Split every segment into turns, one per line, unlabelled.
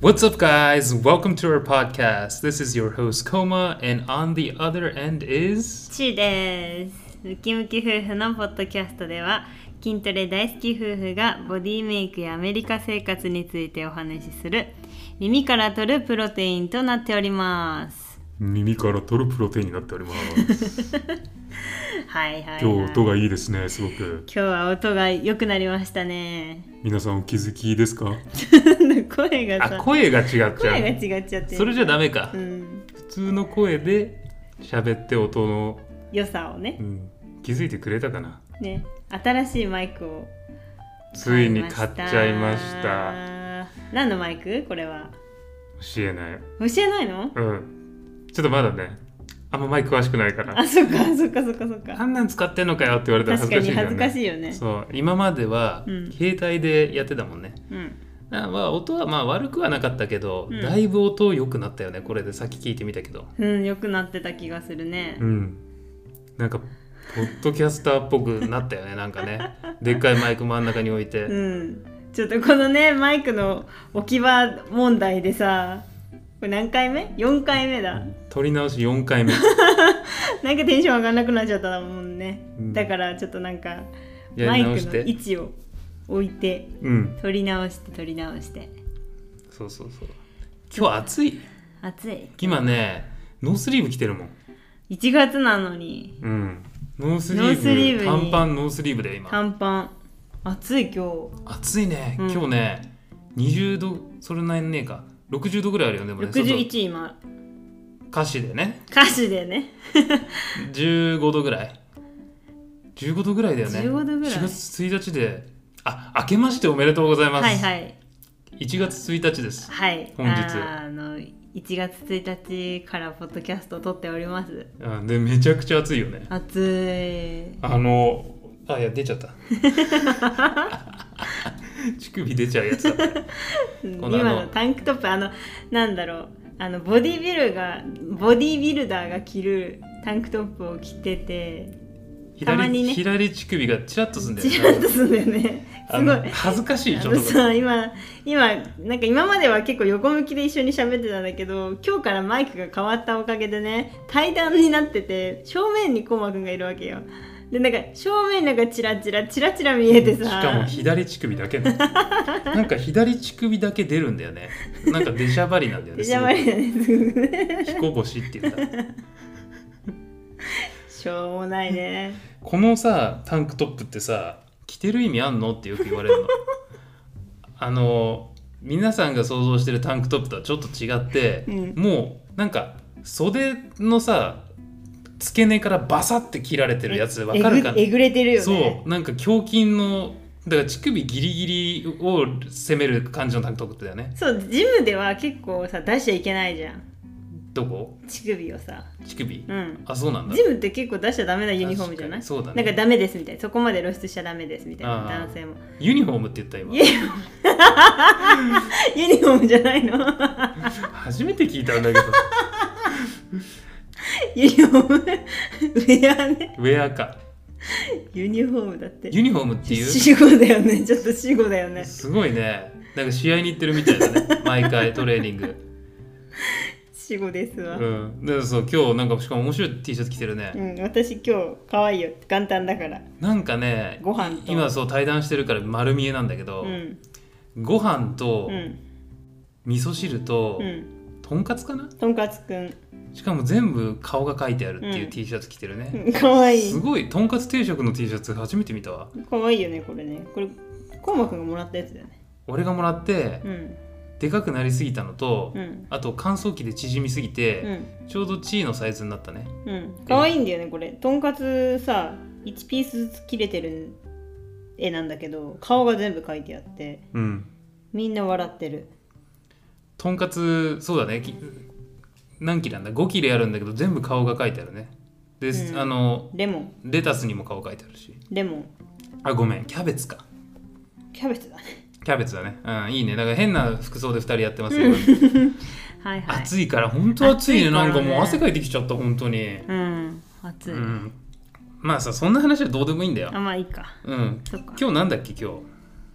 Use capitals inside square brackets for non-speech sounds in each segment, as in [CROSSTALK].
What's up, guys? Welcome to our podcast. This is your host, Koma, and on the other end is.
ちーですムキムキ夫婦のポッドキャストでは筋トレ大好き夫婦がボディメイクやアメリカ生活についてお話しする耳から取るプロテインとなっております
耳から取るプロテインになっております。
はいはい、はい、
今日音がいいですね、すごく。
今日は音が良くなりましたね
皆さんお気づきですか
声が
あ、
さ
声が違っちゃう。
声が違っちゃって
それじゃダメか
う。ん、
普通の声で喋って音の、
良さをね
うん、気づいてくれたかな。
ね新しいマイクを
ついに買っちゃいました。
た何のマイクこれは
教えない。
教えないの
うん。ちょっとまだね、あんまマイク詳しくないから。
あそっかそっかそっかそっか
あんなん使ってんのかよって言われたら恥
確
ず
か
かし
に
いから
恥ずか
ね
しいよね。
そう今までは
うん
携帯でやってたもんね、
うん、
あまあ音はまあ悪くはなかったけど、
うん
だいぶ音良くなったよねこれでさっき聞いてみたけど
うん、良くなってた気がするね
う。んなんかポッドキャスターっぽくなったよねなんかねでっかいマイク真ん中に置いて、
うん、ちょっとこのね、マイクの置き場問題でさ。これ何回目 ?4 回目だ。
撮り直し4回目い
なんかテンション上がんなくなっちゃったもんね。
うん
だからちょっとなんか、
や
マ
り
イ
直
ク
し
の
て
位置を置いて、
うん
取り直して取り直して。
そうそうそう今日暑い
暑い。
今ねノースリーブ着てるもん
1月なのに、
うんノースリ
ノ
ー
ー
ブ
スリーブに
短パンノースリーブで今
短パン。暑い今
暑いね、
うん
今日ね20度それなりねえか60度ぐらいあるよねでも
日。
ね外
61今。
歌詞でね
歌詞でね。
15度ぐらい15度ぐらいだよね
15度ぐらい
4月1日であ明けましておめでとうございます、
はいはい。
1月1日です
はい、
本日
あーあの1月1日からポッドキャストを撮っております。
あでめちゃくちゃ暑いよね
暑い。
あのあいや出ちゃった [LAUGHS] 乳首出ちゃうやつだ
うん
こ
今
のあの
のタンクトップあのなんだろうあのボディビルがボディビルダーが着るタンクトップを着てて [LAUGHS] たま
左、
にね
左乳首がチラッとすんだよね
チラッと [LAUGHS] すんだよね。
あ
すご
の
い。
恥ずかしい
あ
ちょ
の
っと
さ今今なんか今までは結構横向きで一緒に喋ってたんだけど今日からマイクが変わったおかげでね対談になってて正面にコウマくんがいるわけよでなんか正面なんかチラチラチラチラ見えてさ
しかも左乳首だ
[LAUGHS]
けねなんか左乳首だけ出るんだよねなんか出しゃばりなんだよね
邪魔だよねすごい
すごく彦星って言った
[LAUGHS] しょうもないね
このさタンクトップってさ着てる意味あんのってよく言われる
[LAUGHS]
のあの皆さんが想像してるタンクトップとはちょっと違って、
うん
もうなんか袖のさ付け根からバサって切られてるやつわかるかな
えぐえぐれてるよね
そうなんか胸筋のだから乳首ギリギリを攻める感じのタンクトップだよね
そうジムでは結構さ出しちゃいけないじゃん
どこ
乳首をさ
乳首、
うん
あそうなんだ
ジムって結構出しちゃダメなユニフォームじゃな
確か
い
にそうだ
な
ね
んかダメですみたいなそこまで露出しちゃダメですみたいな
あー
男性も
ユニフォームって言った今
ユニフォームユニフォームじゃないの [LAUGHS]
初めて聞いたんだけど
ユニフォームウェアね
ウェアか
ユニフォームだって
ユニフォームっていう
死語だよねちょっと死語だよね
すごいねなんか試合に行ってるみたいだ
[LAUGHS]
ね毎回トレーニング
死語ですわ、う
うんんでそう今日なんかしかも面白い T シャツ着てるね、
私今日可愛いよ元旦だから
なんかね
ご飯と
今そう対談してるから丸見えなんだけど、
うん
ご飯と
うん
味噌汁と
うん
とんかつかな
とんかつくん [LAUGHS]
しかも全部顔が書いてあるっていう
うん
T シャツ着てるね、
うん可愛い
すごいとんかつ定食の T シャツ初めて見たわ
可愛いよねこれねこれコウマくんがもらったやつだよね
俺がもらって
うん
でかくなりすぎたのと、
うん
あと乾燥機で縮みすぎて、
うん
ちょうどチーのサイズになったね
うん可愛いんだよねこれとんかつさ1ピースずつ切れてる絵なんだけど顔が全部描いてあって
うん
みんな笑ってる
とんかつそうだねき何切れなんだ5切れあるんだけど全部顔が書いてあるねで、
うん
あの
レモン
レタスにも顔書いてあるし
レモン
あごめんキャベツか
キャベツだね
キャベツだねうんいいねだから変な服装で2人やってますよ、
はいはい
[LAUGHS] 暑いから本当暑いね
暑いか
な
ら
ん
ね
かもう汗かいてきちゃった本当に
うん熱い、
うんまあさそんな話はどうでもいいんだよ
あまあいいか
うん
そっか
今日なんだっけ今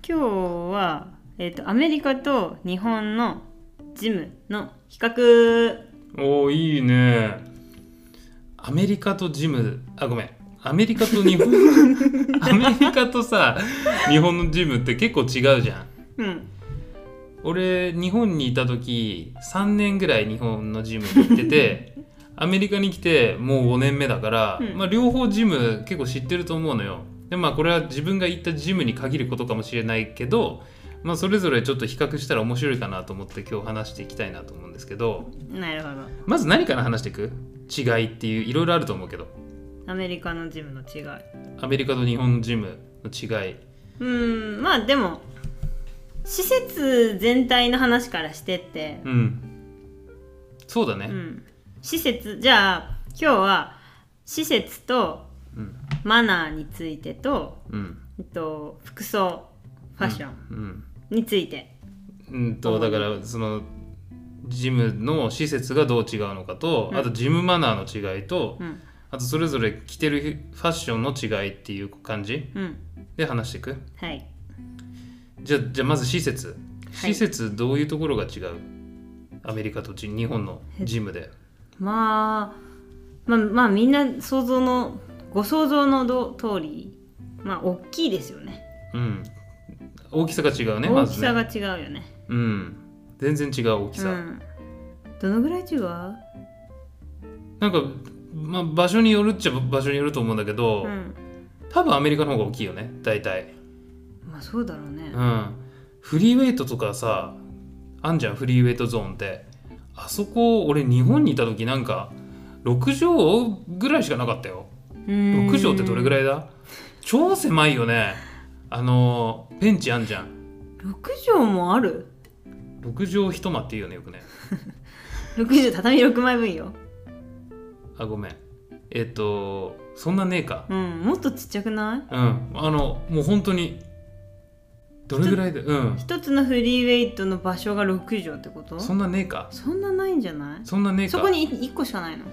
日
今日は、えっとアメリカと日本のジムの比較
おおいいねアメリカとジムあごめんアメリカと日
[LAUGHS]
本アメリカとさ日本のジムって結構違うじゃん
うん
俺日本にいた時3年ぐらい日本のジムに行ってて
[LAUGHS]
アメリカに来てもう5年目だから、
うん
まあ、両方ジム結構知ってると思うのよでまあこれは自分が行ったジムに限ることかもしれないけど、まあ、それぞれちょっと比較したら面白いかなと思って今日話していきたいなと思うんですけど
なるほど
まず何から話していく違いっていういろいろあると思うけど
アメリカのジムの違い
アメリカと日本のジムの違い
うんまあでも施設全体の話からしてって、
うんそうだ
う
ね
ん、施設じゃあ今日は施設と
うん
マナーについてと、
うん
えっと、服装ファッション
うん
について、
うんとだからそのジムの施設がどう違うのかと、
うん
あとジムマナーの違いと、
うん
あとそれぞれ着てるファッションの違いっていう感じ
うん、
で話していく
はい
じゃあじゃあまず施設
い
施設どういうところが違う、アメリカとジ日本のジムで
まあまあまあみんな想像のご想像のど通りまあ大きいですよね
うん大きさが違うねま
大
ず
き
ね
さが違うよね
うん全然違う大き
う
さ、
ん、どのぐらい違う
なんか、まあ、場所によるっちゃ場所によると思うんだけど、
うん
多分アメリカの方が大きいよね大体
まあそうだろうね、
うん、フリーウェイトとかさあんじゃんフリーウェイトゾーンってあそこ俺日本にいた時なんか6畳ぐらいしかなかったよ6
6
畳ってどれぐ
い
らいだ超狭いよねあのベンチあんじゃん
?6 畳もある
6畳一間っていうよねよくね
?6 畳畳6枚分よ。
あごめんえっ、とそんなねえか
うん、もっとちっちゃくな
うんあのもう本当にどれぐらいでう
い
ん
一つのフリーウェイトの場所が6畳ってこと
そ
そ
んなねえか
んなないんじゃない
そんなねえか
そこに1個しかないの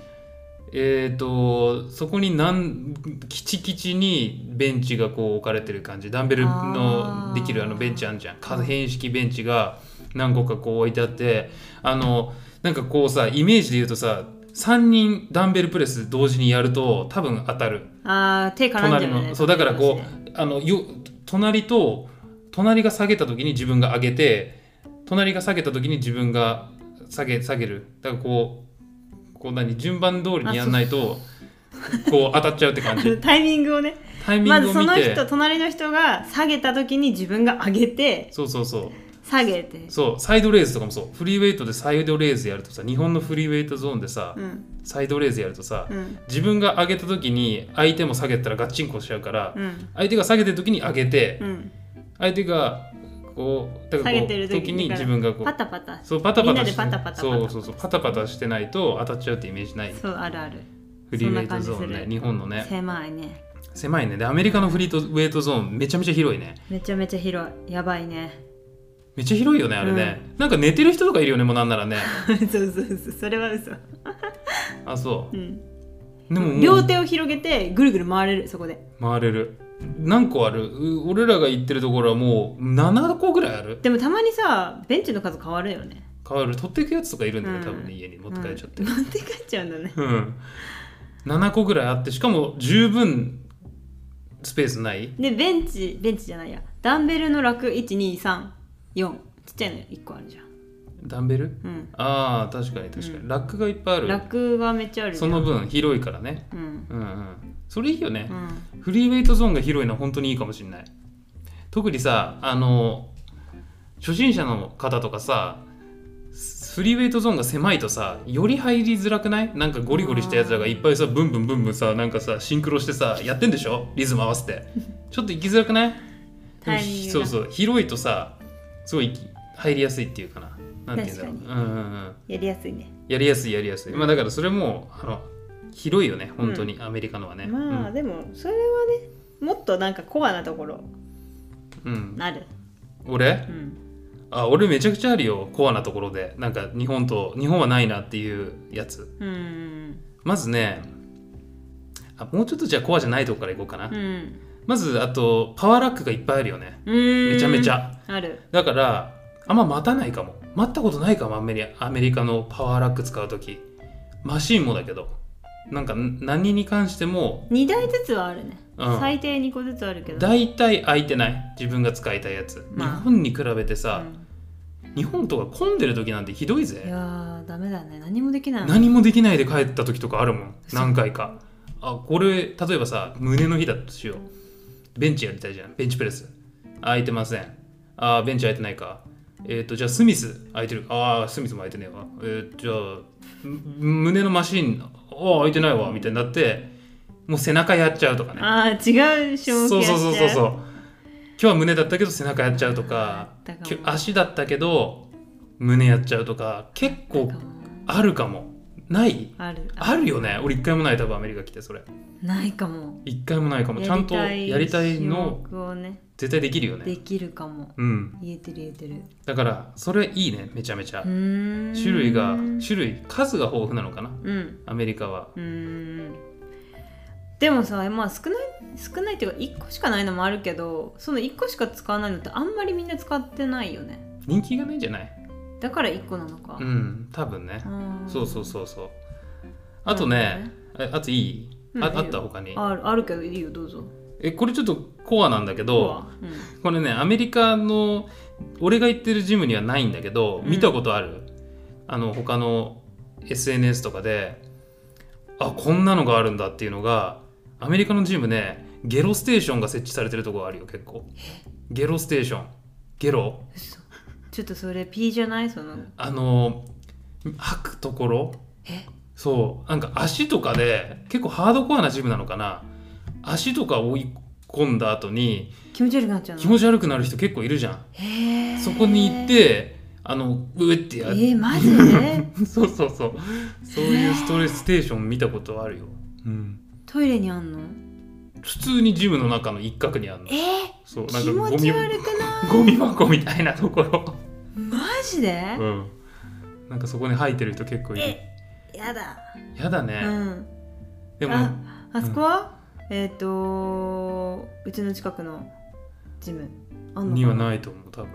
えー、とそこになんきちきちにベンチがこう置かれてる感じダンベル
あ
の
ー
できるあのベンチあんじゃん可変式ベンチが何個かこう置いてあってあのなんかこうさイメージで言うとさ3人ダンベルプレス同時にやると多分当たる
あー手絡んじ
隣
ゃうよね
のそうだからこ
う
うあのよ隣と隣が下げた時に自分が上げて隣が下げた時に自分が下げ下げるだからこうこう何順番通りにやんないとこう当たっちゃうって [LAUGHS] 感
[LAUGHS]
じ
タイミングをね
タイミン
ま
グ
ず
を
そ
見
の
て、
人隣の人が下げた時に自分が上げて
そうそうそう
下げて
そうサイドレーズとかもそうフリーウェイトでサイドレーズやるとさ日本のフリーウェイトゾーンでさ、
うん
サイドレーズやるとさ、
うん
自分が上げた時に相手も下げたらガッチンコしちゃうから、
うん
相手が下げてる時に上げて、
うん
相手がこうだからこう
下げてる時に
に自分がこ
パ
う
タパタ
そうパタパタ
みんなでパタパタ
そうそうそうパタパタしてないと当たっちゃうってイメージない
そうあるある
フリーウェイトゾーン
そんな感じ
ね
する
日本のね
狭いね
狭いねでアメリカのフリートウェイトゾーンめちゃめちゃ広いね
めちゃめちゃ広いやばいね [LAUGHS]
めっちゃ広いよねあれね、なんか寝てる人とかいるよねもうなんなら
[LAUGHS]
ね
そうそうそうそれは嘘
あそ
うん
うでももう
両手を広げてぐるぐる回れるそこで
回れる何個あるう俺らが行ってるところはもう7個ぐらいある
でもたまにさベンチの数変わるよね
変わる取っていくやつとかいるんだよね、
う
多
ん
分ね家に持って帰っちゃって、
うん持って帰っちゃうんだね
うん、7個ぐらいあってしかも十分スペースない
でベンチベンチじゃないやダンベルの楽1234ちっちゃいの1個あるじゃん
ダンベル
うん
ああ確かに確かに、ラックがいっぱいある
楽がめっちゃあるじゃ
そ
ん
の分広いからね
うん
うんうんそれいいよね
う、ん
フリーウェイトゾーンが広いのは本当にいいかもしれない特にさあの初心者の方とかさフリーウェイトゾーンが狭いとさより入りづらくないなんかゴリゴリしたやつらがいっぱいさブンブンブンブンさなんかさシンクロしてさやってんでしょリズム合わ [LAUGHS] せてちょっと行きづらくないでも
タイミングが
そうそう広いとさすごい入りやすいっていうかななんていうんだろう
確
うんうんうん
やりやすいね
やりやすいやりやすいまあだからそれもあの広いよね本当に、アメリカのはね
まあでもそれはねもっとなんかコアなところ
うん、うん、
なる
俺
うん
あ俺めちゃくちゃあるよコアなところでなんか日本と日本はないなっていうやつ
うん
まずねあもうちょっとじゃあコアじゃないとこからいこうかな、
うん
まずあとパワーラックがいっぱいあるよね
うん
めちゃめちゃ
ある
だからあんま待たないかも待ったことないかもアメリアメリカのパワーラック使う時マシーンもだけどなんか何に関しても
2台ずつはあるね、
うん
最低2個ずつあるけど
大体空いてない自分が使いたいやつ、
まあ
日本に比べてさ
う、ん
日本とか混んでる時なんてひどい
い
ぜ
やーダメだね何もできない
何もできないで帰った時とかあるもん
そう
何回かあこれ例えばさ胸の日だとしようベンチやりたいじゃんベンチプレス空いてませんあーベンチ空いてないかえっ、とじゃあスミス空いてるああスミスも空いてねえわえーじゃあん胸のマシンああ空いてないわみたいになってもう背中やっちゃうとかね
あー違う
そ
消
う
去
そう
やっち
そう
ゃ
そうそう
う
今日は胸だったけど背中やっちゃうとか
あったかも
今日足だったけど胸やっちゃうとか結構あるかもない
ある
あるよね俺一回もない多分アメリカ来てそれ
ないかも
一回もないかもちゃんとやりたいの
種目をね
絶対できるよ
で
ね
きるかも
うん
言えてる言えてる
だからそれいいねめちゃめちゃ
うーん
種類が
うん
種類数が豊富なのかな
う
アメリカは
ーんでもさまあ少ない少ないっていうか1個しかないのもあるけどその1個しか使わないのってあんまりみんな使ってないよね
人気がないんじゃない
だから1個なのか
うん多分ね
うん
そうそうそうそうあとねえあといい
うん
あ
いいよ
あった他に
あるあるけどいいよどうぞ
えこれちょっとコアなんだけど
うん
これねアメリカの俺が行ってるジムにはないんだけど
うん
見たことある、あの他の SNS とかであこんなのがあるんだっていうのがアメリカのジムねゲロステーションが設置されてるとこがあるよ結構ゲロステーションゲロ
嘘ちょっとそれ P じゃないその
あの吐くところ
え
そうなんか足とかで結構ハードコアなジムなのかな足とか追い込んだ後に
気持ち悪くなっちゃうの
気持ち悪くなる人結構いるじゃん
へー
そこに行ってあのうえって
え
や
ー、マジ
[LAUGHS]
で
そうそうそうそういうストレスステーション見たことあるよ、うん、
トイレにあんの
普通にジムの中の一角にあるの
えー、
そうなん
気
かゴ
持
ミ
ち悪くない
ゴミ箱みたいなところ、
マジで、
うん、なんかそこに吐いてる人結構いる
えやだ
やだ
う
ね、
ん
でも
ああそこは、えっ、とうちの近くのジムあんのか
にはないと思う多分、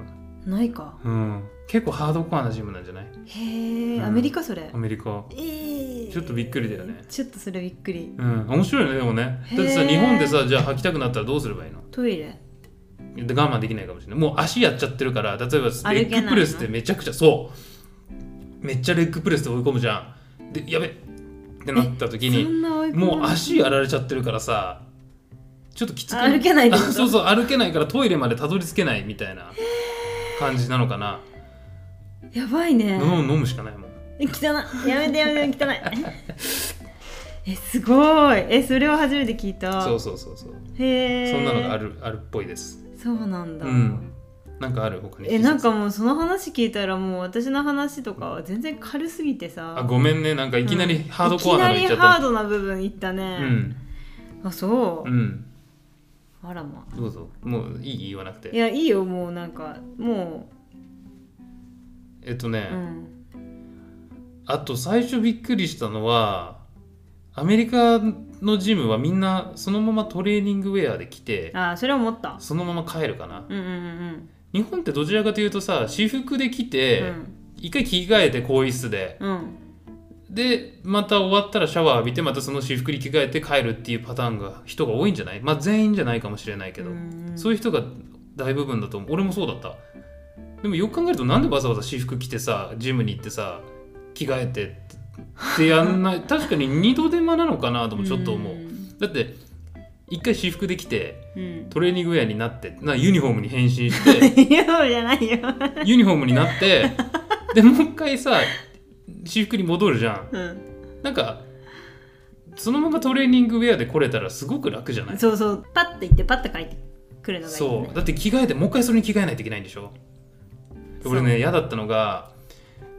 ないか
うん、結構ハードコアなジムなんじゃない
へえ、
うん
アメリカそれ
アメリカ
えー
ちょっとびっくりだよね
ちょっとそれびっくり
うん面白いねでもねだって
へ
さ
ー
日本でさじゃあ吐きたくなったらどうすればいいの
トイレ
で我慢できないかもしれないもう足やっちゃってるから例えばレ
ないの
ッグプレスってめちゃくちゃそうめっちゃレッグプレスで追い込むじゃんでやべってなった時
そ
に
んな追い込まれ
もう足やられちゃってるからさちょっときつく
あ歩けないって
あ
こ
[LAUGHS]
と
そうそう歩けないからトイレまでたどり着けないみたいな感じなのかな
やばいね、
飲む飲むしかないもん
え汚いやめてやめて汚い [LAUGHS] えすごいえそれを初めて聞いた
そうそうそうそう
へえ
そんなのがあるあるっぽいです
そうなんだ、
うんなんかある他に
えなんかもうその話聞いたらもう私の話とかは全然軽すぎてさ
あごめんねなんかいきなりハードコアなの
い
言っ
き
ち
な
ゃっ
りハー
た
ドな部分いったね、
うん
あそう
う、ん
あらま
どうぞもういい言わなく
い
て
やいいよもうなんかも
えっとね
う、、うん、
あと最初びっくりしたのはアメリカのジムはみんなそのままトレーニングウェアで来て
あそれ思った
そのまま帰るかな
うんうんうん
日本ってどちらかというとさ私服で来
う
て、
ん
一回着替えて更衣室で
うん
でまた終わったらシャワー浴びてまたその私服に着替えて帰るっていうパターンが人が多いんじゃないまあ全員じゃないかもしれないけど、
うん
そういう人が大部分だと思う俺もそうだったでもよく考えるとなんでわざわざ私服着てさジムに行ってさ着替えてってやん
[LAUGHS]
ない確かに二度手間なのかなともちょっと思う、
うん
だって一回私服で来て
うん
トレーニングウェアになってなユニフォームに変身して
[LAUGHS] いやそうじゃないよ
ユニフォームになってでもう一回さ私服に戻るじゃん
うん
なんかそのままトレーニングウェアで来れたらすごく楽じゃない
そうそうパッと行ってパッと帰ってくるのがいいよ
そう
ね
だって着替えてもう一回それに着替えないといけないんでしょで俺
そ
ね嫌だったのが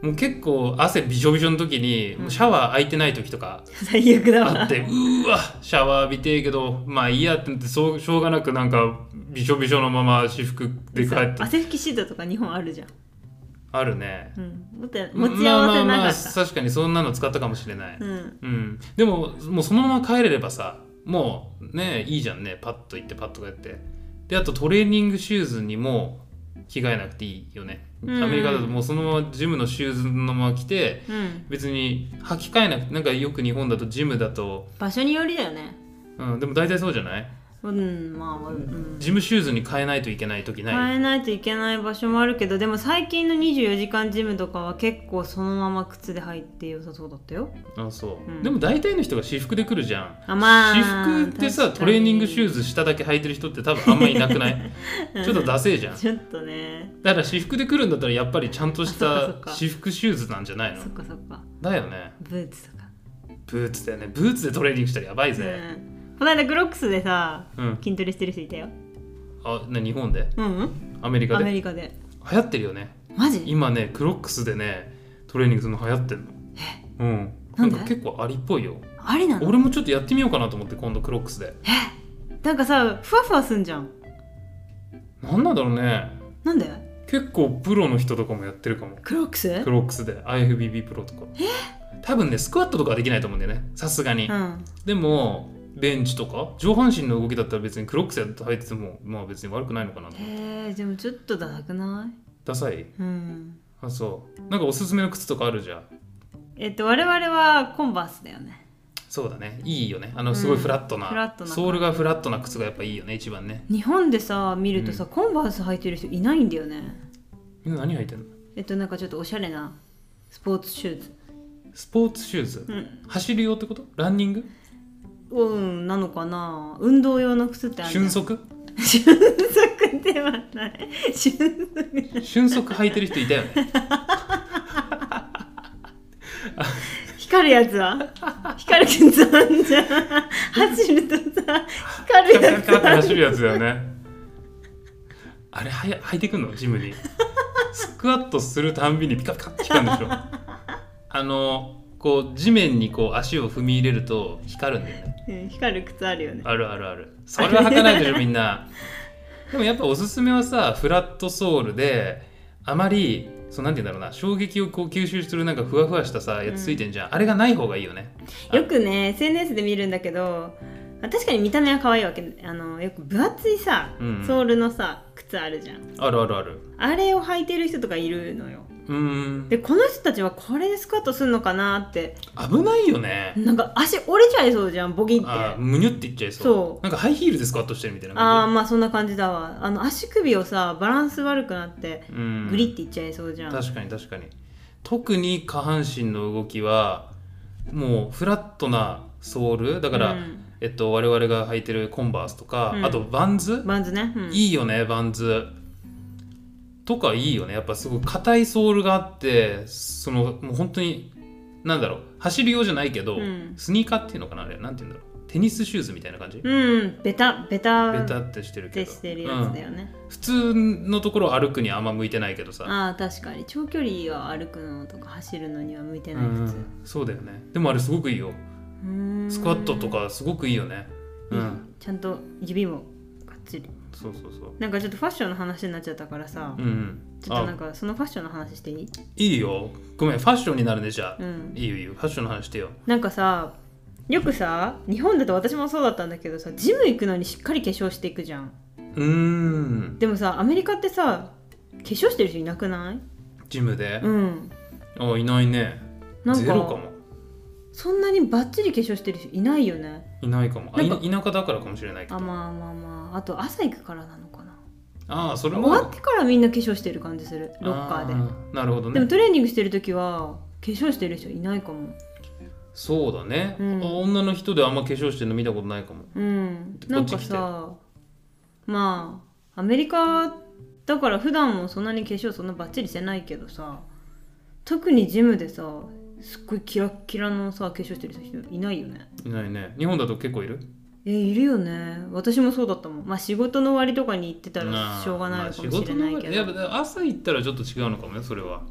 もう結構汗びしょびしょの時に、
うん
シャワー空いてない時とか
最悪だ
あっ
わ [LAUGHS]
てうーわシャワー浴びてえけどまあいいやってなってそうしょうがなくなんかびしょびしょのまま私服で帰って
汗拭きシートとか日本あるじゃん、
あるね
うん、持って持ち合わせな
まあまあ
か
ま
っ
あ
た、
確かにそんなの使ったかもしれない、
うん
うん、でももうそのまま帰れればさもうねいいじゃんねパッと行ってパッと帰ってであとトレーニングシューズにも着替えなくていいよね、
うん
アメリカだともうそのままジムのシューズのまま着て
うん
別に履き替えなくてなんかよく日本だとジムだと、
場所によりだよね
うん、でも大体そうじゃない
うんまあ、うん、
ジムシューズに変えないといけない時ない、
変えないといけない場所もあるけどでも最近の24時間ジムとかは結構そのまま靴で入って良さそうだったよ
あそう、
うん
でも大体の人が私服で来るじゃん
あまあ
私服ってさ
確か
ト
に
レーニングシューズ下だけ履いてる人って多分あんまりいなくない
[LAUGHS]
ちょっとダセえじゃん
ちょっとね
だから私服で来るんだったらやっぱりちゃんとし
あそっかそったか
私服シューズなんじゃないの
そっかそっか
だよね
ブーツとか、
ブーツだよねブーツでトレーニングしたらやばいぜ
うん、この間グロックスでさ
うん、
筋トレしてる人いたよ
あな日本で
うんうん
アメリカ
ア
で
メ
流
リカで
行ってるよね
マジ
今ねクロックスでねトレーニングするの流行ってんのうんな
な
んん
で
か結構ありっぽいよ
ありなの
俺もちょっとやってみようかなと思って今度クロックスで
なんかさふわふわすんじゃん
なんなんだろうね
なんで
結構プロの人とかもやってるかも
クロックス
クロックスで IFBB プロとか多分ねスクワットとかはできないと思うんだよねさすがに、
うん
でもベンチとか上半身の動きだったら別にクロックスやって履いててもまあ別に悪くないのかなと思って
へえでもちょっとダサくな
ダサい
いうん
あそうなんかおすすめの靴とかあるじゃん
えっと我々はコンバースだよね
そうだねいいよねあのすごいフラットな,、
うんフラットな
ソールがフラットな靴がやっぱいいよね一番ね
日本でさ見るとさ、コンバース履いてる人いないんだよね
みんな何履いてんの
えっとなんかちょっとおしゃれなスポーツシューズ
スポーツシューズ、
うん
走る用ってことランニング
うんなのかな運動用の靴ってあるじゃん
瞬足
瞬足ではない瞬足
瞬足履いてる人いたよね
光るやつは光るやつあんじゃん走るとさ
カ
光る
ラ
や
カ
つ
ラカラ走るやつだよねあれはや履いてくんのジムにスクワットするたんびにピカピカって光るんでしょあのこう地面にこう足を踏み入れると光るんだよね
うん光る靴あるよね
あるあるあるそれは履かないでしょみんなでもやっぱおすすめはさフラットソールであまりそうなんて言うんだろうな衝撃をこう吸収するなんかふわふわしたさやつついてんじゃん、あれがない方がいいよね
よくね SNS で見るんだけどあ確かに見た目は可愛いわけあのよく分厚いさ、
うんうん
ソールのさ靴あるじゃん
あるあるある
あれを履いてる人とかいるのよ
うーん
でこの人たちはこれでスクワットするのかなって
危ないよね
なんか足折れちゃいそうじゃんボギンって
あ
あ
ーむにゅっていっちゃいそう
そう
なんかハイヒールでスクワットしてるみたいな
あー
感
まあそんな感じだわあの足首をさバランス悪くなって
じうん
グリっていっちゃいそうじゃん、
確かに確かに特に下半身の動きはもうフラットなソールだから、
うん
えっと、我々が履いてるコンバースとか、
うん
あとバンズ、
バンズね、うん、
いいよねバンズとかいいよねやっぱすごい硬いソールがあってそのもう本当になんだろう走る用じゃないけど、
うん
スニーカーっていうのかなあれなんて言うんだろうテニスシューズみたいな感じ、
うんベタベタ
ベタ
っ
ってしてるけ
て
ど
してるやつだよね、
うん普通のところ歩くにはあんま向いてないけどさ、
ああ確かに長距離は歩くのとか走るのには向いて
う
ない普通
ん、そうだよねでもあれすごくいいよ
うーん
スクワットとかすごくいいよねうん、
ちゃんと指もがっつり
そうそうそう
なんかちょっとファッションの話になっちゃったからさ、
うんうん
ちょっとなん
あ
かそのファッションの話していい、
いいよごめんファッションになるねじゃあ、
うん、
いいよいいよファッションの話してよ
なんかさよくさ日本だと私もそうだったんだけどさジム行くのにしっかり化粧していくじゃん
うーん
でもさアメリカってさ化粧してる人いなくない
ジムで、
うん
あいないね
なんか
ゼロかも
そんなにバッチリ化粧してる人いないよね
いないかもあ
ないんか
田舎だからかもしれないけど
あまあまあまああと朝行くからなのかな
ああそれ
終
も
わってからみんな化粧してる感じするロッカーで
あなるほど
でも
ね
トレーニングしてる時は化粧してる人いないかも
そうだね、
うん
あ女の人であんま化粧してるの見たことないかも
う
こっち
ん
来て
なんかさまあアメリカだから普段もそんなに化粧そんなバッチリしてないけどさ特にジムでさすっごいキラッキラのさ化粧してる人いないよね
いないね日本だと結構いる
えいるよね私もそうだったもんまあ仕事の終わりとかに行ってたらしょうがないのかもしれない
まあ
け
仕事のやっ
ど、
ぱ朝行ったらちょっと違うのかもねそれは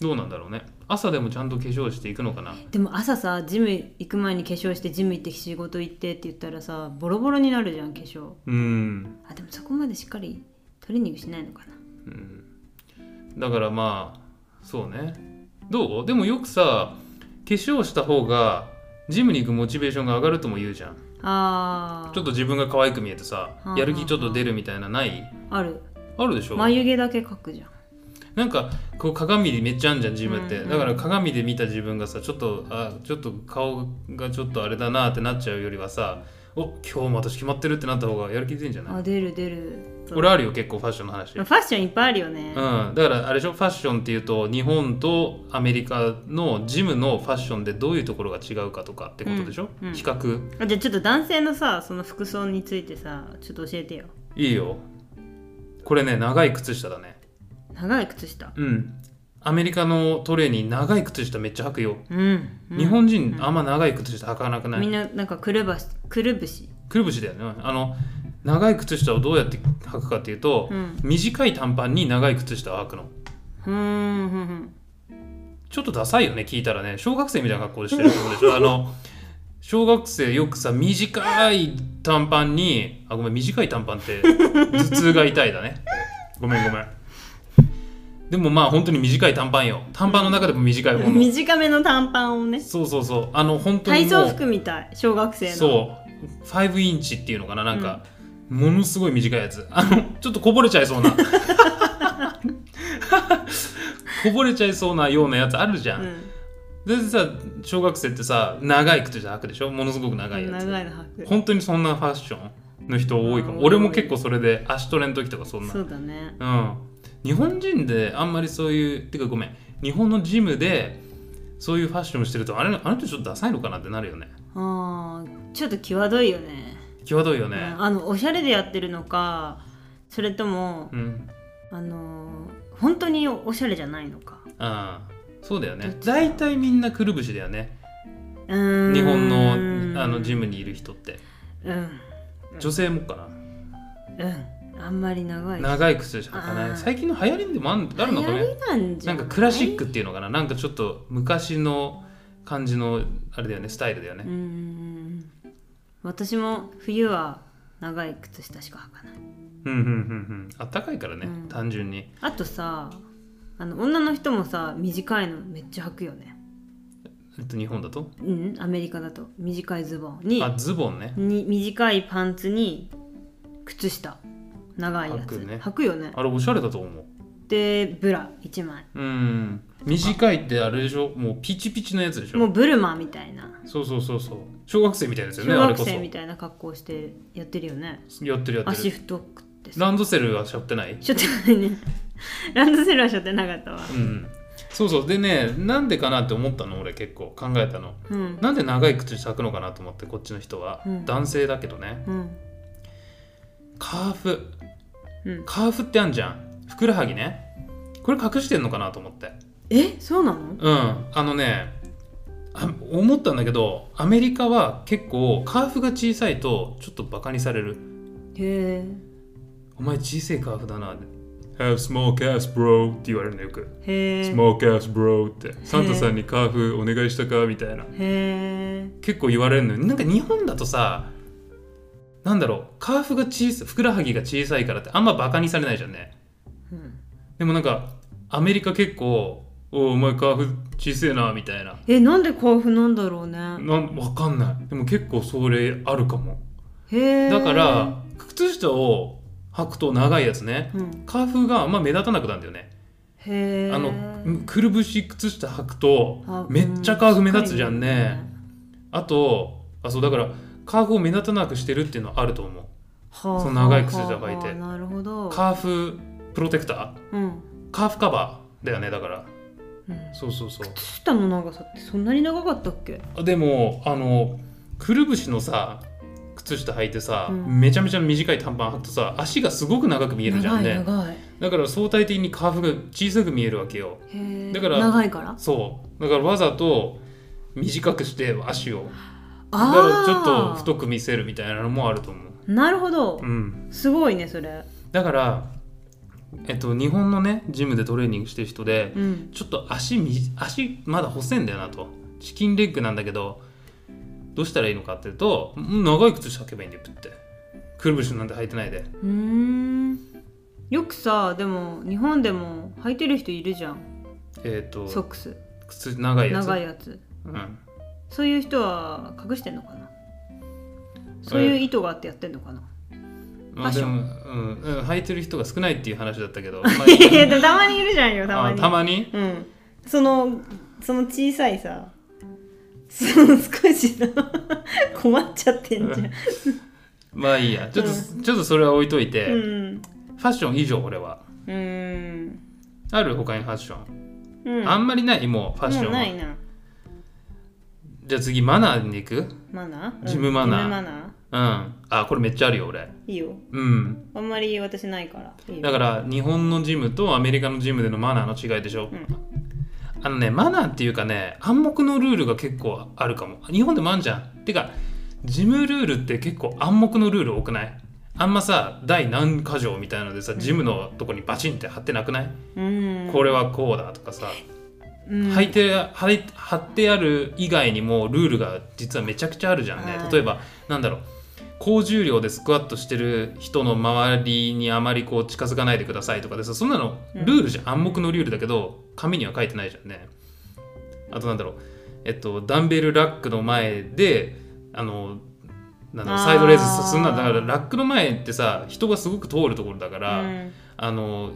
どうなんだろうね朝でもちゃんと化粧していくのかな
でも朝さジム行く前に化粧してジム行って仕事行ってって言ったらさボロボロになるじゃん化粧
うん、
あでもそこまでしっかりトレーニングしないのかな
うん、だからまあそうねどうでもよくさ化粧した方がジムに行くモチベーションが上がるとも言うじゃん
あー
ちょっと自分が可愛く見えてさ
はあ
やる気ちょっと出るみたいなない
ある
あるでしょ
眉毛だけ描くじゃん
なんかこう鏡でめっちゃあんじゃん自分って、
うんうん
だから鏡で見た自分がさちょっとあちょっと顔がちょっとあれだなってなっちゃうよりはさお今日も私決まってるってなった方がやる気出るんじゃな
あ
い
出る出る
俺あるよ結構ファッションの話、
ファッションいっぱいあるよね、
うん、だからあれでしょファッションっていうと日本とアメリカのジムのファッションでどういうところが違うかとかってことでしょ、
うんうん
比較
あじゃあちょっと男性のさその服装についてさちょっと教えてよ
いいよこれね長い靴下だね
長い靴下
うんアメリカのトレーに長い靴下めっちゃ履くよ
うん、うん
日本人あんま長い靴下履かなくない、
みんななんかくるばしくるぶし
くるぶしだよねあの長い靴下をどうやって履くかっていうと、
うん
短い短パンに長い靴下を履くの
ふんふんふん
ちょっとダサいよね聞いたらね小学生みたいな格好でしてるってことで
[LAUGHS]
しょあの小学生よくさ短い短パンにあごめん短い短パンって頭痛が痛いだね [LAUGHS] ごめんごめんでもまあ本当に短い短パンよ短パンの中でも短い方の
短めの短パンをね
そうそうそうあの本当に
体
もう
操服みたい小学生の
そう5インチっていうのかななんか、ものすごい短いやつあのちょっとこぼれちゃい [LAUGHS] そうなこぼれちゃいそうなようなやつあるじゃん、
ん、
でさ小学生ってさ長い靴下履くでしょものすごく長いやつ
長いの履く
本当にそんなファッションの人多いかも
うん
俺も結構それで足トレの時とかそんな
そうだね
うん日本人であんまりそういうてかごめん日本のジムでそういうファッションしてるとあれあの人ちょっとダサいのかなってなるよね
あーちょっと際どいよね
際どいよ
う
ね
んあのおしゃれでやってるのかそれとも、
うん
あのー本当におしゃれじゃないのか
ああそうだよ
どっ
ね
ちだ
大体みんなくるぶしだよね
うーん
日本のあのジムにいる人って
うん
女性もかな
うんあんまり長い
長い靴下履かな
あー
い最近の流行りでもあるのあるのか
流
ね
行りなんじ
な
ゃ
ん
い
かクラシックっていうのかななんかちょっと昔の感じのあれだよねスタイルだよ
うー
ね、
ん私も冬は長い靴下しか履かない
うん、うんうんうんあったかいからね、
うん
単純に
あとさあの女の人もさ短いのめっちゃ履くよね
えっと日本だと
うんアメリカだと短いズボンに
あズボンね
に短いパンツに靴下長いやつ
履くね
履くよね
あれおしゃれだと思う
でブラ1枚
うん短いってあれでしょもうピチピチのやつでしょ
もうブルマみたいな
そうそうそうそう小学生みたいですよ
小
ねあれ
学
こ
生み
そ
たいな格好してやってるよね
やってるやって
足
る
太くってさ
ランドセルはしょってない
しょってないね [LAUGHS] ランドセルはしょってなかったわ
うんそうそうでねなんでかなって思ったの俺結構考えたの
うん
なんで長い靴下履くのかなと思ってこっちの人は、
うん
男性だけどね
うん
カーフ
うん
カーフってあんじゃんふくらはぎねこれ隠してんのかなと思って
えそうなの
うんあのねあ思ったんだけどアメリカは結構カーフが小さいとちょっとバカにされる
へえ
お前小さいカーフだな Have small calves bro って言われるのよく
へえ
Small calves bro ってサンタさんにカーフお願いしたかみたいな
へえ
結構言われるのよなんか日本だとさなんだろうカーフが小さいふくらはぎが小さいからってあんまバカにされないじゃんね
うん
でもなんかアメリカ結構「おうお前カーフ小せえな」みたいな
えなんで甲府なんだろうね
なんわかんないでも結構それあるかも
へえ
だから靴下を履くと長いやつね
うん
カーフがあんま目立たなくなるんだよね
へえ
あのくるぶし靴下履くと
あ
めっちゃカーフ目立つじゃん
う
ねあとあそうだからカーフを目立たなくしてるっていうのはあると思う
はあ
その長い靴下履いて
はあはあなるほど
カーフプロテクター
うん、
カーフカバーだよねだから
うん、
そうそうそう
靴下の長さってそんなに長かったっけ
あでもあのくるぶしのさ靴下履いてさ、
うん
めちゃめちゃ短い短パン履くとさ足がすごく長く見えるじゃん
長い
ね
長い
だから相対的にカーフが小さく見えるわけよ
へえ
だから
長いから
そうだからわざと短くして足をだ
あ
からちょっと
ー
太く見せるみたいなのもあると思う、
なるほど、
うん、
すごいねそれ
だからえっと日本のねジムでトレーニングしてる人で、
うん
ちょっと足み足まだ細いんだよなとチキンレッグなんだけどどうしたらいいのかっていうとん長い靴下履けばいいんだよプってくるぶしなんて履いてないで
うーんよくさでも日本でも履いてる人いるじゃん
えっ、と
ソックス
靴長いやつ
長いやつ
うん、
そういう人は隠してんのかなそういう意図があってやってんのかなファ
まあ
ッシ
で
ョン、
も、うん、うん、履いてる人が少ないっていう話だったけ
[LAUGHS]
ど、
いやでもたまにいるじゃんよた
ま
ま
あ、
に
たまに
うんそのその小さいさその少しさ困っちゃってんじゃん
まあいいやちょっと、ちょっとそれは置いといて、
うん
ファッション以上俺は
うん
ある他にファッション、
うん
あんまりないもうファッショ
も
ン
う
は
ないな
じゃあ次マナーに行く
マナーうん
ジムマナー
ジムマナ
うんあこれめっちゃあるよ俺
ーいいよ
うん
あんまり私ないからいいよ
だから日本のジムとアメリカのジムでのマナーの違いでしょ、
うん
あのねマナーっていうかね暗黙のルールが結構あるかも日本でもあんじゃんてかジムルールって結構暗黙のルール多くないあんまさ第何箇条みたいのでさジムのとこにバチンって貼ってなくない、
うん
これはこうだとかさ、
うん
履いて履い貼ってある以外にもルールが実はめちゃくちゃあるじゃんね、
はい
例えばなんだろう高重量でスクワットしてる人の周りにあまりこう近づかないでくださいとかでさそんなの
うん
ルールじゃん、暗黙のルールだけど紙には書いてないじゃんねあとなんだろうえっとダンベルラックの前であのなんだろう
あー
サイドレースするなだからラックの前ってさ人がすごく通るところだから、
うん
あの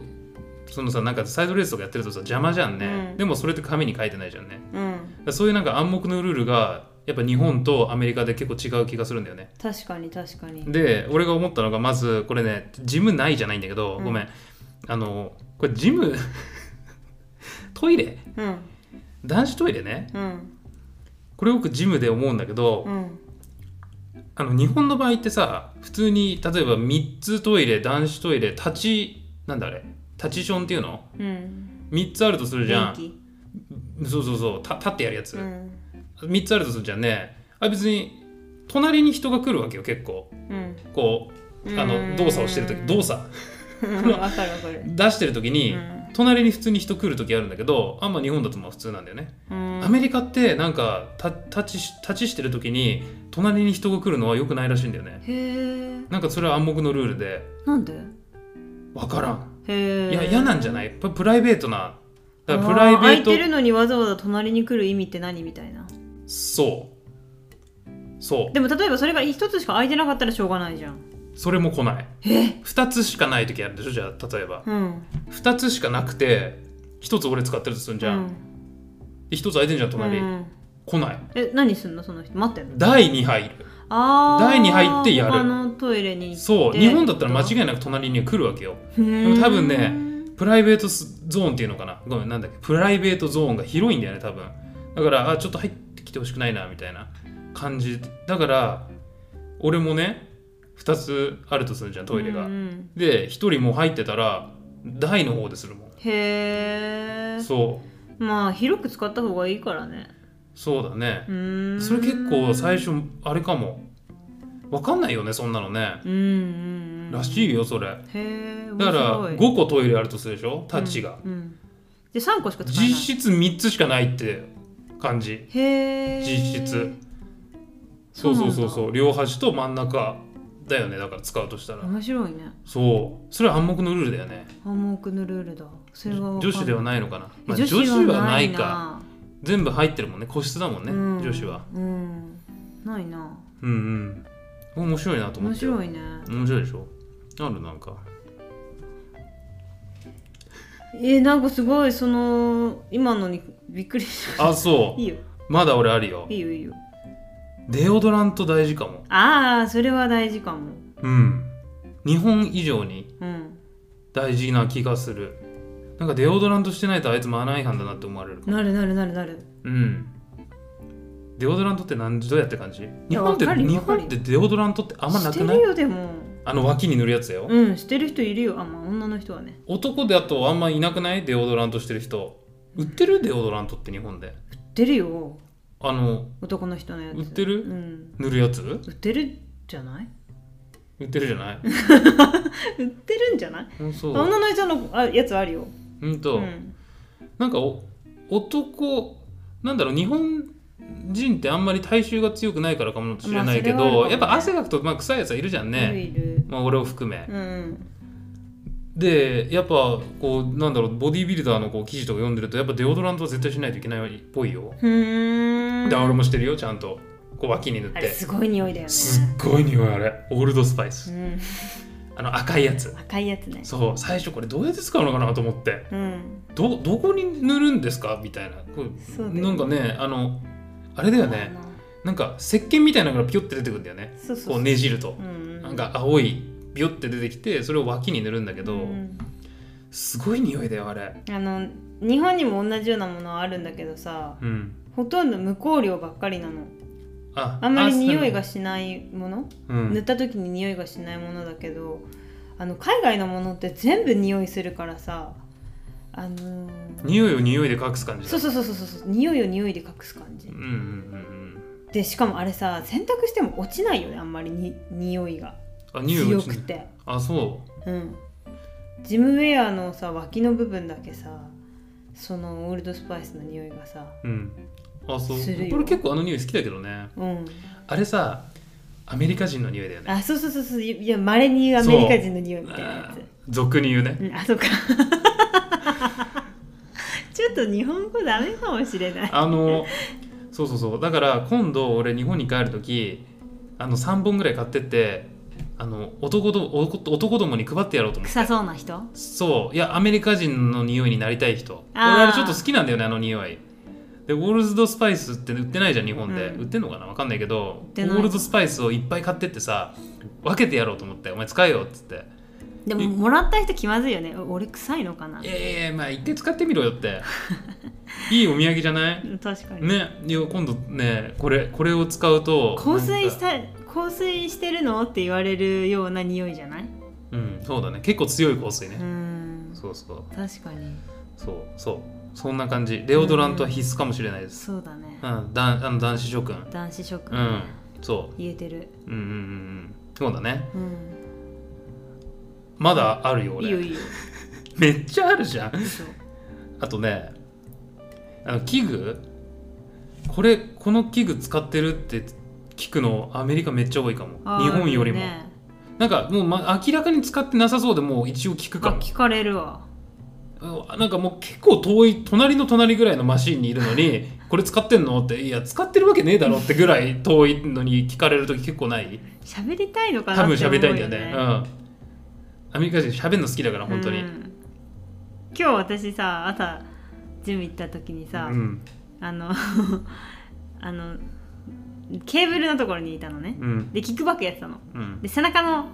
そのさなんかサイドレースとかやってるとさ邪魔じゃんね、
うん
でもそれって紙に書いてないじゃんね
う
だ
ん
からそういうなんか暗黙のルールがやっぱ日本とアメリカで結構違う気がするんだよね
確かに確かに
で俺が思ったのがまずこれねジムないじゃないんだけど、
うん
ごめんあのこれジム [LAUGHS] トイレ
うん
男子トイレね
うん
これよくジムで思うんだけど、
うん
あの日本の場合ってさ普通に例えば3つトイレ男子トイレ立ちなんだあれ立ちションっていうの
うん、
3つあるとするじゃん
電気
そうそうそうた立ってやるやつ、
うん
3つあるとするじゃんねあ別に隣に人が来るわけよ結構
うん
こうあ
う
の
ん
動作をしてる時動作
うんわかるわかる
出してる時に、
うん
隣に普通に人来る時あるんだけどあんま日本だとまあ普通なんだよね、
うん
アメリカってなんかた立ちし立ちしてる時に隣に人が来るのは良くないらしいんだよね
へえ
なんかそれは暗黙のルールで
なんで
分からん
へえ
いや嫌なんじゃないププライベートなだからプ
あー
ライベー
空
ト
いてるのにわざわざ隣に来る意味って何みたいな
そうそう
でも例えばそれが一つしか空いてなかったらしょうがないじゃん
それも来ない
え
2つしかない時あるでしょじゃあ例えば
うん
2つしかなくて1つ俺使ってるとするんじゃ、
うんん
で1つ空いてんじゃん隣、
うん
来ない
え何すんのその人待ってんの
第2杯いる
ああ
台に入ってやる
他のトイレに行って
そう日本だったら間違いなく隣に来るわけよ
で
も多分ねプライベートスゾーンっていうのかなごめんなんだっけプライベートゾーンが広いんだよね多分だからあちょっと入ってきてほしくないなみたいな感じだから俺もね2つあるとするじゃんトイレが、で1人もう入ってたら台の方でするもん
へえ
そう
まあ広く使った方がいいからね
そうだね
うーん
それ結構最初あれかもわかんないよねそんなのね
うんうんうん
ら
い
しいよそれ
へえ
だから5個トイレあるとするでしょタッチが、
うんうんで3個しか使えない
実質3つしかないって感じ
へえ
実質そうそうそうそうう両端と真ん中だよねだから使うとしたら、
面白いね
そうそれは暗黙のルールだよね
暗黙のルールだそれはわかん
女子ではないのかな、まあ、
女
女
子
子
は
は
な
ないい
な
か全部入ってるもんね個室だもんね、
うん
女子は
うんないな
うんうん面白いなと思
面
ってよ
白いね
面白いでしょあるなんか
えー、なんかすごいその今のにびっくりし
あそう
たいいよ
まだ俺あるよ
いいよいいよ
デオドラント大事かも
ああそれは大事かも
うん日本以上に
うん
大事な気がするなんかデオドラントしてないとあいつマナー違反だなって思われるかも
なるなるなるなる
うんデオドラントって何時どうやって感じ日本って
わかるよ
日
わかる
本ってデオドラントってあんまな
し
く
て
な
る
い
よでも
あの脇に塗るやつだよ、
うんしてる人いるよあまあ女の人はね
男だとあんまいなくないデオドラントしてる人売ってるデオドラントって日本で
売ってるよ
あの
男の人のやつ
売ってる
うん
塗るやつ
売ってるじゃない
売ってるじゃ
[LAUGHS]
ない
売ってるんじゃない
うんそう
女の人のあやつあるよ
うんと、
ん、
なんかお男なんだろう日本人ってあんまり体臭が強くないからかもしれないけど、
まあそれはあるかもね
やっぱ汗かくとまあ臭いやつはいるじゃんね、
いるいる
まあ、俺を含め、
うん
でやっぱこうなんだろうボディービルダーのこう記事とか読んでるとやっぱデオドラントは絶対しないといけないっぽいよ、
ふーん
で俺もしてるよちゃんとこう脇に塗っ
あれ
て
すごい匂いだよね
すっごい匂いあれオールドスパイ
う
ス、
ん
あの赤いやつ
赤いやつね
そう最初これどうやって使うのかなと思って
うん
どどこに塗るんですかみたいなこれ
そうだよね
なんかねあのあれだよねなんか石鹸みたいなのがピョって出てくるんだよね
そうそうそう
こうねじると
う、ん
なんか青いビョって出てきてそれを脇に塗るんだけど、
うん
すごい匂いだよあれ
あの日本にも同じようなものはあるんだけどさ
うん
ほとんど無香料ばっかりなの
あ
あんまり
そう
匂いがしないもの
うん
塗った時に匂いがしないものだけどあの海外のものって全部匂いするからさあのー
匂いを匂いで隠す感じだ
そうそうそうそうそう匂いを匂いで隠す感じ
うんうんうん
でしかもあれさ洗濯しても落ちないよねあんまりに匂いが
うんあ匂い
強
落ちな
く
い
て
あそ
うんジムウェアのさ脇の部分だけさそのオールドスパイスの匂いがさ
ううんあそう
するよ
俺結構あの匂い好きだけどね
うん
あれさアメリカ人の匂いだよね
あそうそうそうそういやまれにアメリカ人の匂いみたいなやつ
俗に言うね
うん、あそうか [LAUGHS] ちょっと日本語ダメかもしれない
あのそうそうそうだから今度俺日本に帰る時あの3本ぐらい買ってってあの男ど男男どもに配ってやろうと思って
臭そうな人
そういやアメリカ人の匂いになりたい人俺
あー
あれちょっと好きなんだよねあの匂いでオールズドスパイスって売ってないじゃん日本で、
うん
売ってんのかなわかんないけど
っ
オ
てない
ールズスパイスをいっぱい買ってってさ分けてやろうと思ってお前使えよっつって
でももらった人気まずいよねお俺臭いのかない
やいやいやまあ一回使ってみろよって
[LAUGHS]
いいお土産じゃない
うん確かに、
ねいや今度ねこれこれを使うと
香水し
い
た香水してるのって言われるような匂いじゃない
うんそうだね結構強い香水
う
ね、
ん
そうそう
確かに
そうそうそんな感じレオドラントは必須かもしれないです、
そうだね
うんだんあの男子諸君
男子諸君、
うんそ
言えてる、
ううんうんうんうんそうだね
うん、
まだあるよ俺
いいよいいよ
めっちゃあるじゃん
[LAUGHS] 嘘
あとねあの器具これこの器具使ってるって聞くのアメリカめっちゃ多いかも
あー
日本よりも、
ね
なんかもう、ま、明らかに使ってなさそうでもう一応聞くか
あ
も
聞かれるわ
うんなんかもう結構遠い隣の隣ぐらいのマシンにいるの
[LAUGHS]
にこれ使ってんのっていや使ってるわけねえだろってぐらい遠いのに聞かれる時結構ない
喋りたいのかな
多
っ
分
て思
喋
う
りたいんだ
よ
よ
ね
ねうんアメリカ人喋るの好きだから本当に、
う
うん
ん今日私さ朝ジム行った時にさ、
うん
あの [LAUGHS] あのケーブルのところにいたのね
うん
でキックバックやってたの
うん
で背中の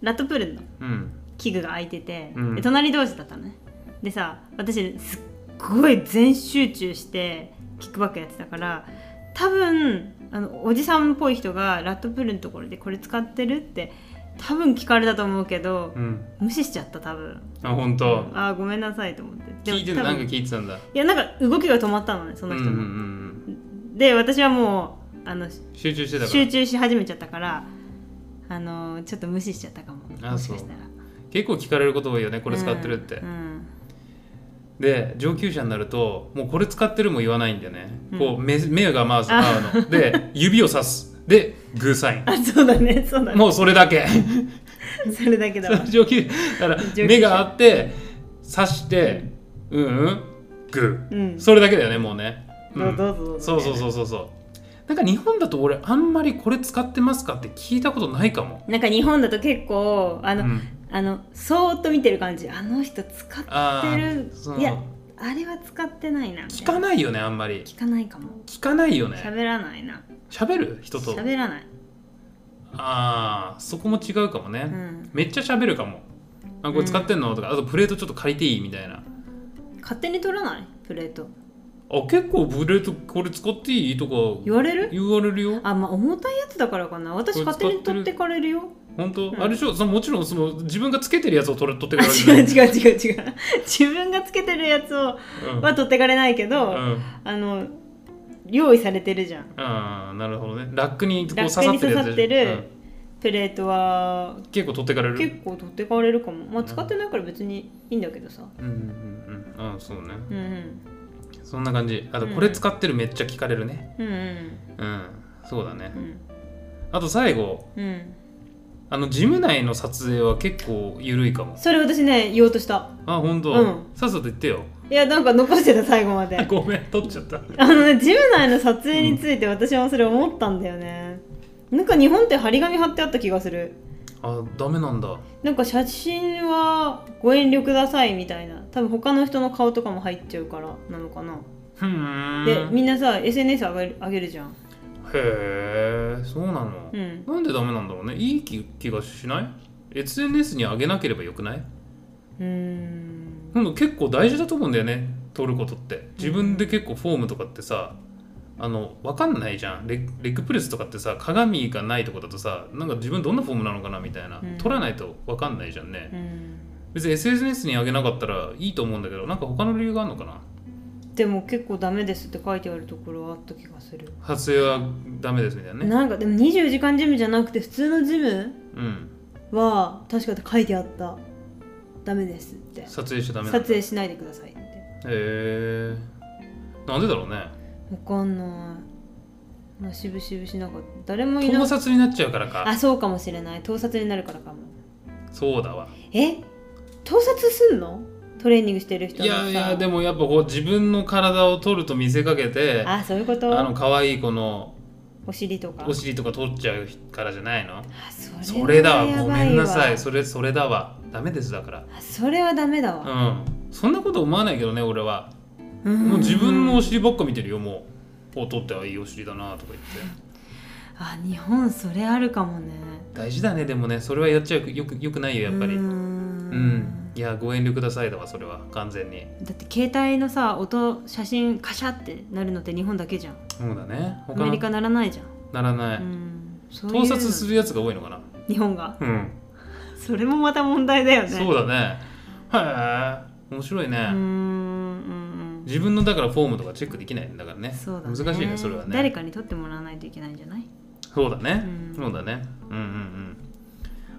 ラットプールの
うん
器具が開いてて、
うん
で隣同士だったのねでさ私すっごい全集中してキックバックやってたから多分あのおじさんっぽい人がラットプールのところでこれ使ってるって多分聞かれたと思うけど
うん
無視しちゃった多分
あ本当
あーごめんなさいと思って
聞いて
で
た
も
な
多
んか
分
聞いてたんだ
いやなんか動きが止まったのねそ
うん
の
うん
人
う
の、
んうん
で私はもうあの
集中してたから
集中し始めちゃったからあのちょっと無視しちゃったかも
あ
もしかしたら
結構聞かれること多いよねこれ使ってるって、
うんうん
で上級者になるともうこれ使ってるも言わないんだよね、
うん
こう目目がまず合うので指を指すでグーサイン
あそうだねそうだね
もうそれだけ
[LAUGHS] それだけだわ
[LAUGHS] 上級だから
上級者
目が合って刺してうんうんグ
うん
ーそれだけだよねもうね、う
どうんぞどうぞ
そうそうそうそうそうなんか日本だと俺あんまりこれ使ってますかって聞いたことないかも
なんか日本だと結構あの、
うん
あのそーっと見てる感じあの人使っ
あ
て
ー
る
そう
いやあれは使ってないなみたい
聞かないよねあんまり
聞かないかも
聞かないよね
喋らないな
喋る人と
喋らない
ああそこも違うかもね、
うん
めっちゃ喋るかもあこれ使ってんの、とかあとプレートちょっと借りていいみたいな
勝手に取らないプレート
あ結構プレートこれ使っていいとか
言われる
言われるよ
あまあ重たいやつだからかな私
これ
勝手に取ってかれるよ
本当、
ん
あれでしょそのもちろんその自分がつけてるやつを取れ取って
あ
くれるじゃ
違
な
[LAUGHS] う
い
違う違う違う自分がつけてるやつを
うん
は取ってかれないけど、
うん
あの用意されてるじゃん
あーなるほどねラックにこう
ラ
刺さ
ックに
ってる
刺
や
さ
つ
っ
で
て
しょ
るプレートは
うん結構取ってかれる
結構取ってかれるかもまあ使ってないから別にいいんだけどさ
うんうんうんうんそうね
うんうん
そんな感じあと
うん
これ使ってるめっちゃ聞かれるね
うん
うん、そうだね
うんうん
あと最後
うん
あのジム内の撮影は結構緩いかも
それ私ね言おうとした
あ本当、
うん
さっさと言ってよ
いやなんか残してた最
[LAUGHS]
後まで
ごめん取っちゃった
あのねジム内の撮影について私もそれ思ったんだよね、なんか日本って張り紙貼ってあった気がする
あダメなんだ
なんか写真はご遠慮くださいみたいな多分他の人の顔とかも入っちゃうからなのかな
ふーん
でみんなさ SNS 上げる上げるじゃん
へえそうなの
う、ん
なんでダメなんだろうねいい気気がしない SNS に上げなければよくないう
ーん
なんか結構大事だと思うんだよね撮ることって自分で結構フォームとかってさあの分かんないじゃんレッレッグプレスとかってさ鏡がないとこだとさなんか自分どんなフォームなのかなみたいな
うん
撮らないと分かんないじゃんね
うん
別に SNS に上げなかったらいいと思うんだけどなんか他の理由があるのかな
でも結構ダメですって書いてあるところはあった気がする、
撮影はダメですみたいなね
なんかでも24時間ジムじゃなくて普通のジム
うん
は確かに書いてあったダメですって
撮影しちゃダメなん
撮
だ
影しないでくださいって
へえなんでだろうね
わかんないまあしぶしぶしなかった誰もいな
盗
い
撮になっちゃうからか
あそうかもしれない盗撮になるからかも
そうだわ
え盗撮すんのトレーニングしてる人
いやいやで
も
もやっぱこう自分の体を撮ると見せかけて
あそういうこ
あの
と
可愛い子の
お尻とか
お尻とか取っちゃうからじゃないの
あそれ
それだ
は
わ
や
ご
ば
めんなさい
わ
それそれだわダメですだから
あそれはダメだわ、
うんそんなこと思わないけどね俺は
うん
もう自分のお尻ばっか見てるよもうお取ってはいいお尻だなとか言って
あ日本それあるかもね
大事だねでもねそれはやっちゃうよくよくないよやっぱり
うー
うんんいやご遠慮くださいだわそれは完全に
だって携帯のさ音写真カシャってなるのって日本だけじゃん
そうだね
ア
他
メ
の
リカならないじゃん、
ならない、
うんそういう
盗撮するやつが多いのかな
日本が
うん
それもまた問題だよね
そうだねへえ面白いね、
うーんうん
自分のだからフォームとかチェックできないんだからね
うんそうだ、ね、
難しいねそれはね
誰かに撮ってもらわないといけないんじゃない
そうだね、
うん
そうだねうんうんうん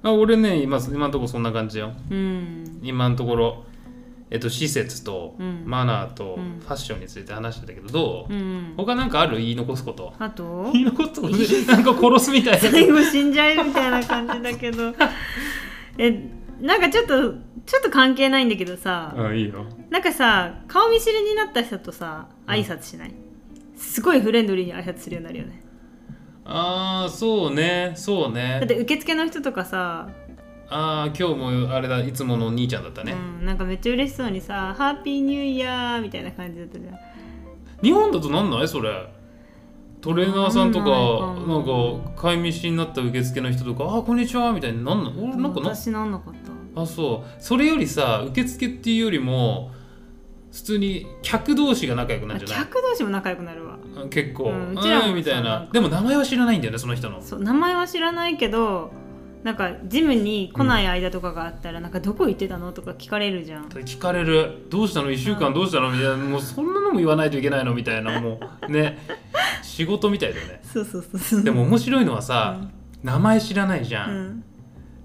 あ俺ね今今のところそんな感じよ
うん
今のところえっと施設と
うん
マナーとフ
うん
ァッションについて話してたけどどう、
うん
他なんかある言い残すこと
あと
言い残すことでなんか殺すみ
[LAUGHS]
たいな
最後死んじゃえみたいな感じだけど
[LAUGHS]
えなんかちょっとちょっと関係ないんだけどさ、
うんいいよ
なんかさ顔見知りになった人とさ挨拶しない、すごいフレンドリーに挨拶するようになるよね
ああそうねそう
だっ
ね
て受付の人とかさ、
ああ今日もあれだいつものお兄ちゃんだったね、
うん、なんかめっちゃ嬉しそうにさ「ハッピーニューイヤー」みたいな感じだったじゃん
日本だとなんないそれトレーナーさんとか
なんないか
な
なん
か買い見知りになった受付の人とか「あこんにちは」みたいになんの俺なんかな
私なんなかった
あそうそれよりさ受付っていうよりも普通に客同士が仲良くな
あ
るんじゃない
客同士も仲良くなるわ
あ結構、う
うんんうちらもさ
みたい
なん
な
か
でも名前は知らないんだよねその人の
そう名前は知らないけどなんかジムに来ない間とかがあったら、なんかどこ行ってたのとか聞かれるじゃん
聞かれる「どうしたの1週間どうしたの?」みたいなもうそんなのも言わないといけないのみたいなもうね仕事みたいだよね
そうそうそうそう
でも面白いのは
う
さ、
ん
名前知らないじゃ
うんん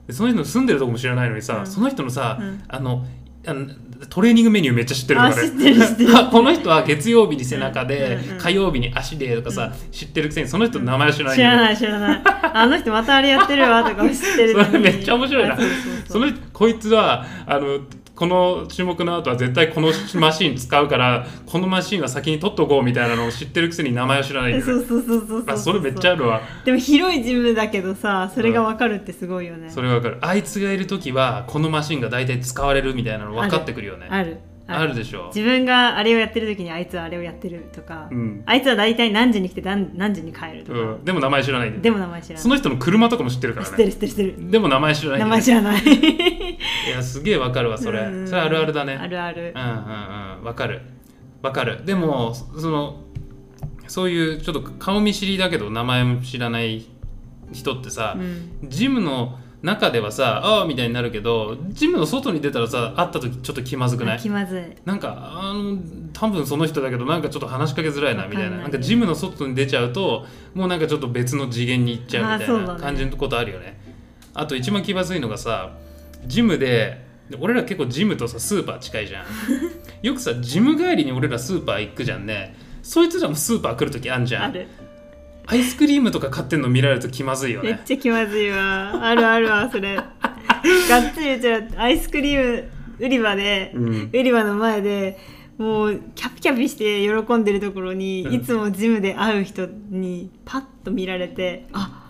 でその人の住んでるとこも知らないのにさ、
うん
その人のさ、
うん
あのあのトレーニングメニューめっちゃ知ってる
あ
とかね
知ってる知ってる
あ [LAUGHS] この人は月曜日に背中で、
うんうん
火曜日に足でとかさ、知ってるくせにその人の名前知らない
知ら
い
ない知らないあの人またあれやってるわとか知ってるのに
それめっちゃ面白いな
あそう
そ
そうそう
の人こいつはあのこの種目の後は絶対このマシン使うからこのマシンは先に取っとこうみたいなのを知ってるくせに名前を知らないんだよね
そうそうそうそうう
あそれめっちゃあるわ
でも広いジムだけどさそれがわかるってすごいよね、
それわかるあいつがいる時はこのマシンが大体使われるみたいなの分かってくるよね
ある
あるでしょ
自分があれをやってる時にあいつはあれをやってるとか、
うん
あいつは大体何時に来て何何時に帰るとか、
うん、でも名前知らないんだよ
でも名前知ら
そ
ない
の人の車とかも知ってるか
あ
ら
知って
ね
る知ってる知ってる
でも名前知らない
名
んだよ
前知らない
いやすげえわかるわそれ
うん
それあるあるだね
あるある
うんうんうんわかるわかるでもそのそういうちょっと顔見知りだけど名前も知らない人ってさ、
うん
ジムの中ではさああみたいになるけどジムの外に出たらさ会った時ちょっと気まずくな
あ
い
気まずい
なんかあの多分その人だけどなんかちょっと話しかけづらいなみたいな
わかん
な
ない
んかジムの外に出ちゃうともうなんかちょっと別の次元に行っちゃうみた
あー
い
そうだ
な
ね
感じのことあるよねあと一番気まずいのがさジムでで俺ら結構ジムとさスーパー近い
[LAUGHS]
じゃんよくさジム帰りに俺らスーパー行くじゃんねそいつらもスーパー来るときあんじゃ
あ
ん
る
アイスクリームとか買ってんの見られると気まずいよ
めっ
ね
ちゃ気まずいわあるあるわそれがっつりうちらアイスクリーム売り場で、
うん
売り場の前でもうキャピキャピして喜んでるところに、
うん
いつもジムで会う人にパッと見られてあ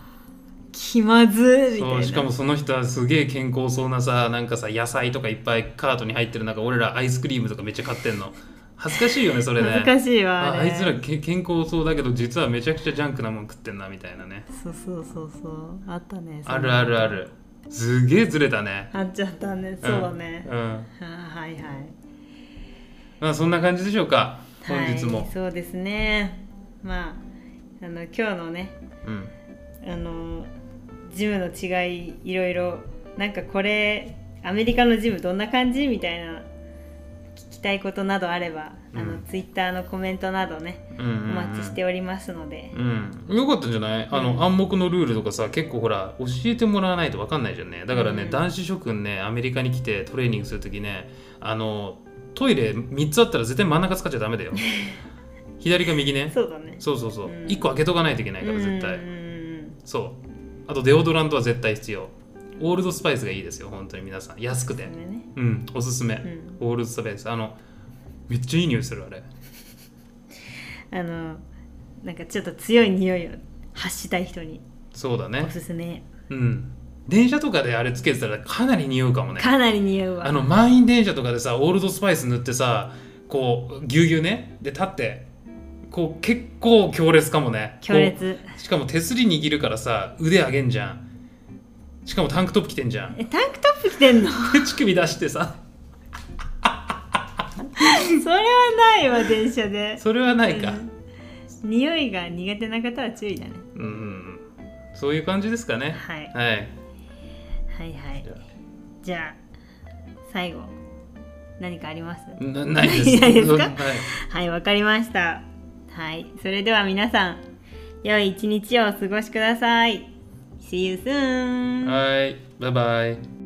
気まずみたい
そう
な
しかもその人はすげえ健康そうなさなんかさ野菜とかいっぱいカートに入ってる中俺らアイスクリームとかめっちゃ買ってんの恥ずかしいよねそれね
恥ずかしいわ
あ
あ
あ
れ
いつらけ健康そうだけど実はめちゃくちゃジャンクなもん食ってんなみたいなね
そうそうそうそうあったね
あるあるあるすげえずれたね
あっちゃったねそうだね、
うん、うん
あーはいはい
まあそんな感じでしょうか本日も、
はい、そうですねまああの今日のね
うん
あのジムの違いいろいろなんかこれアメリカのジムどんな感じみたいな聞きたいことなどあれば、あ
う
の
ん
ツイッターのコメントなどね
うんうん
お
うん
待ちしておりますので、
うん、よかったんじゃないあの、
うん
暗黙のルールとかさ結構ほら教えてもらわないと分かんないじゃんねだからね、
うん
男子諸君ねアメリカに来てトレーニングする時ねあのトイレ3つあったら絶対真ん中使っちゃダメ
[LAUGHS]
だよ左か右ね
そうだね
そうそうそう、
うん
1個開けとかないといけないから絶対、
うんうんうん
そうあとデオドラントは絶対必要オールドスパイスがいいですよ本当に皆さん安くて
そうだね
うんおすすめ、
うん
オールドスパイスあのめっちゃいい匂いするあれ
あのなんかちょっと強い匂いを発したい人に
そうだね
おすすめ
うん電車とかであれつけてたらかなり匂うかもね
かなり似合うわ
あの満員電車とかでさオールドスパイス塗ってさこうぎゅうぎゅうねで立ってこう結構強烈かもね
強烈
こうしかも手すり握るからさ腕上げんじゃんしかもタンクトップ着てんじゃん [LAUGHS]
えタンクトップ着てんの [LAUGHS]
で乳首出してさ
それはないわ電車で
それはないか
匂いが苦手な方は注意だね
うん、うん、そういう感じですかね
はい
はい
はいはい
じゃ
じゃあ最後何かあります
あなないです
[LAUGHS] ないですか
はい、
はいわかりましたはいそれでは皆さん良い一日をお過ごしください See you soon!
はい、バイバイ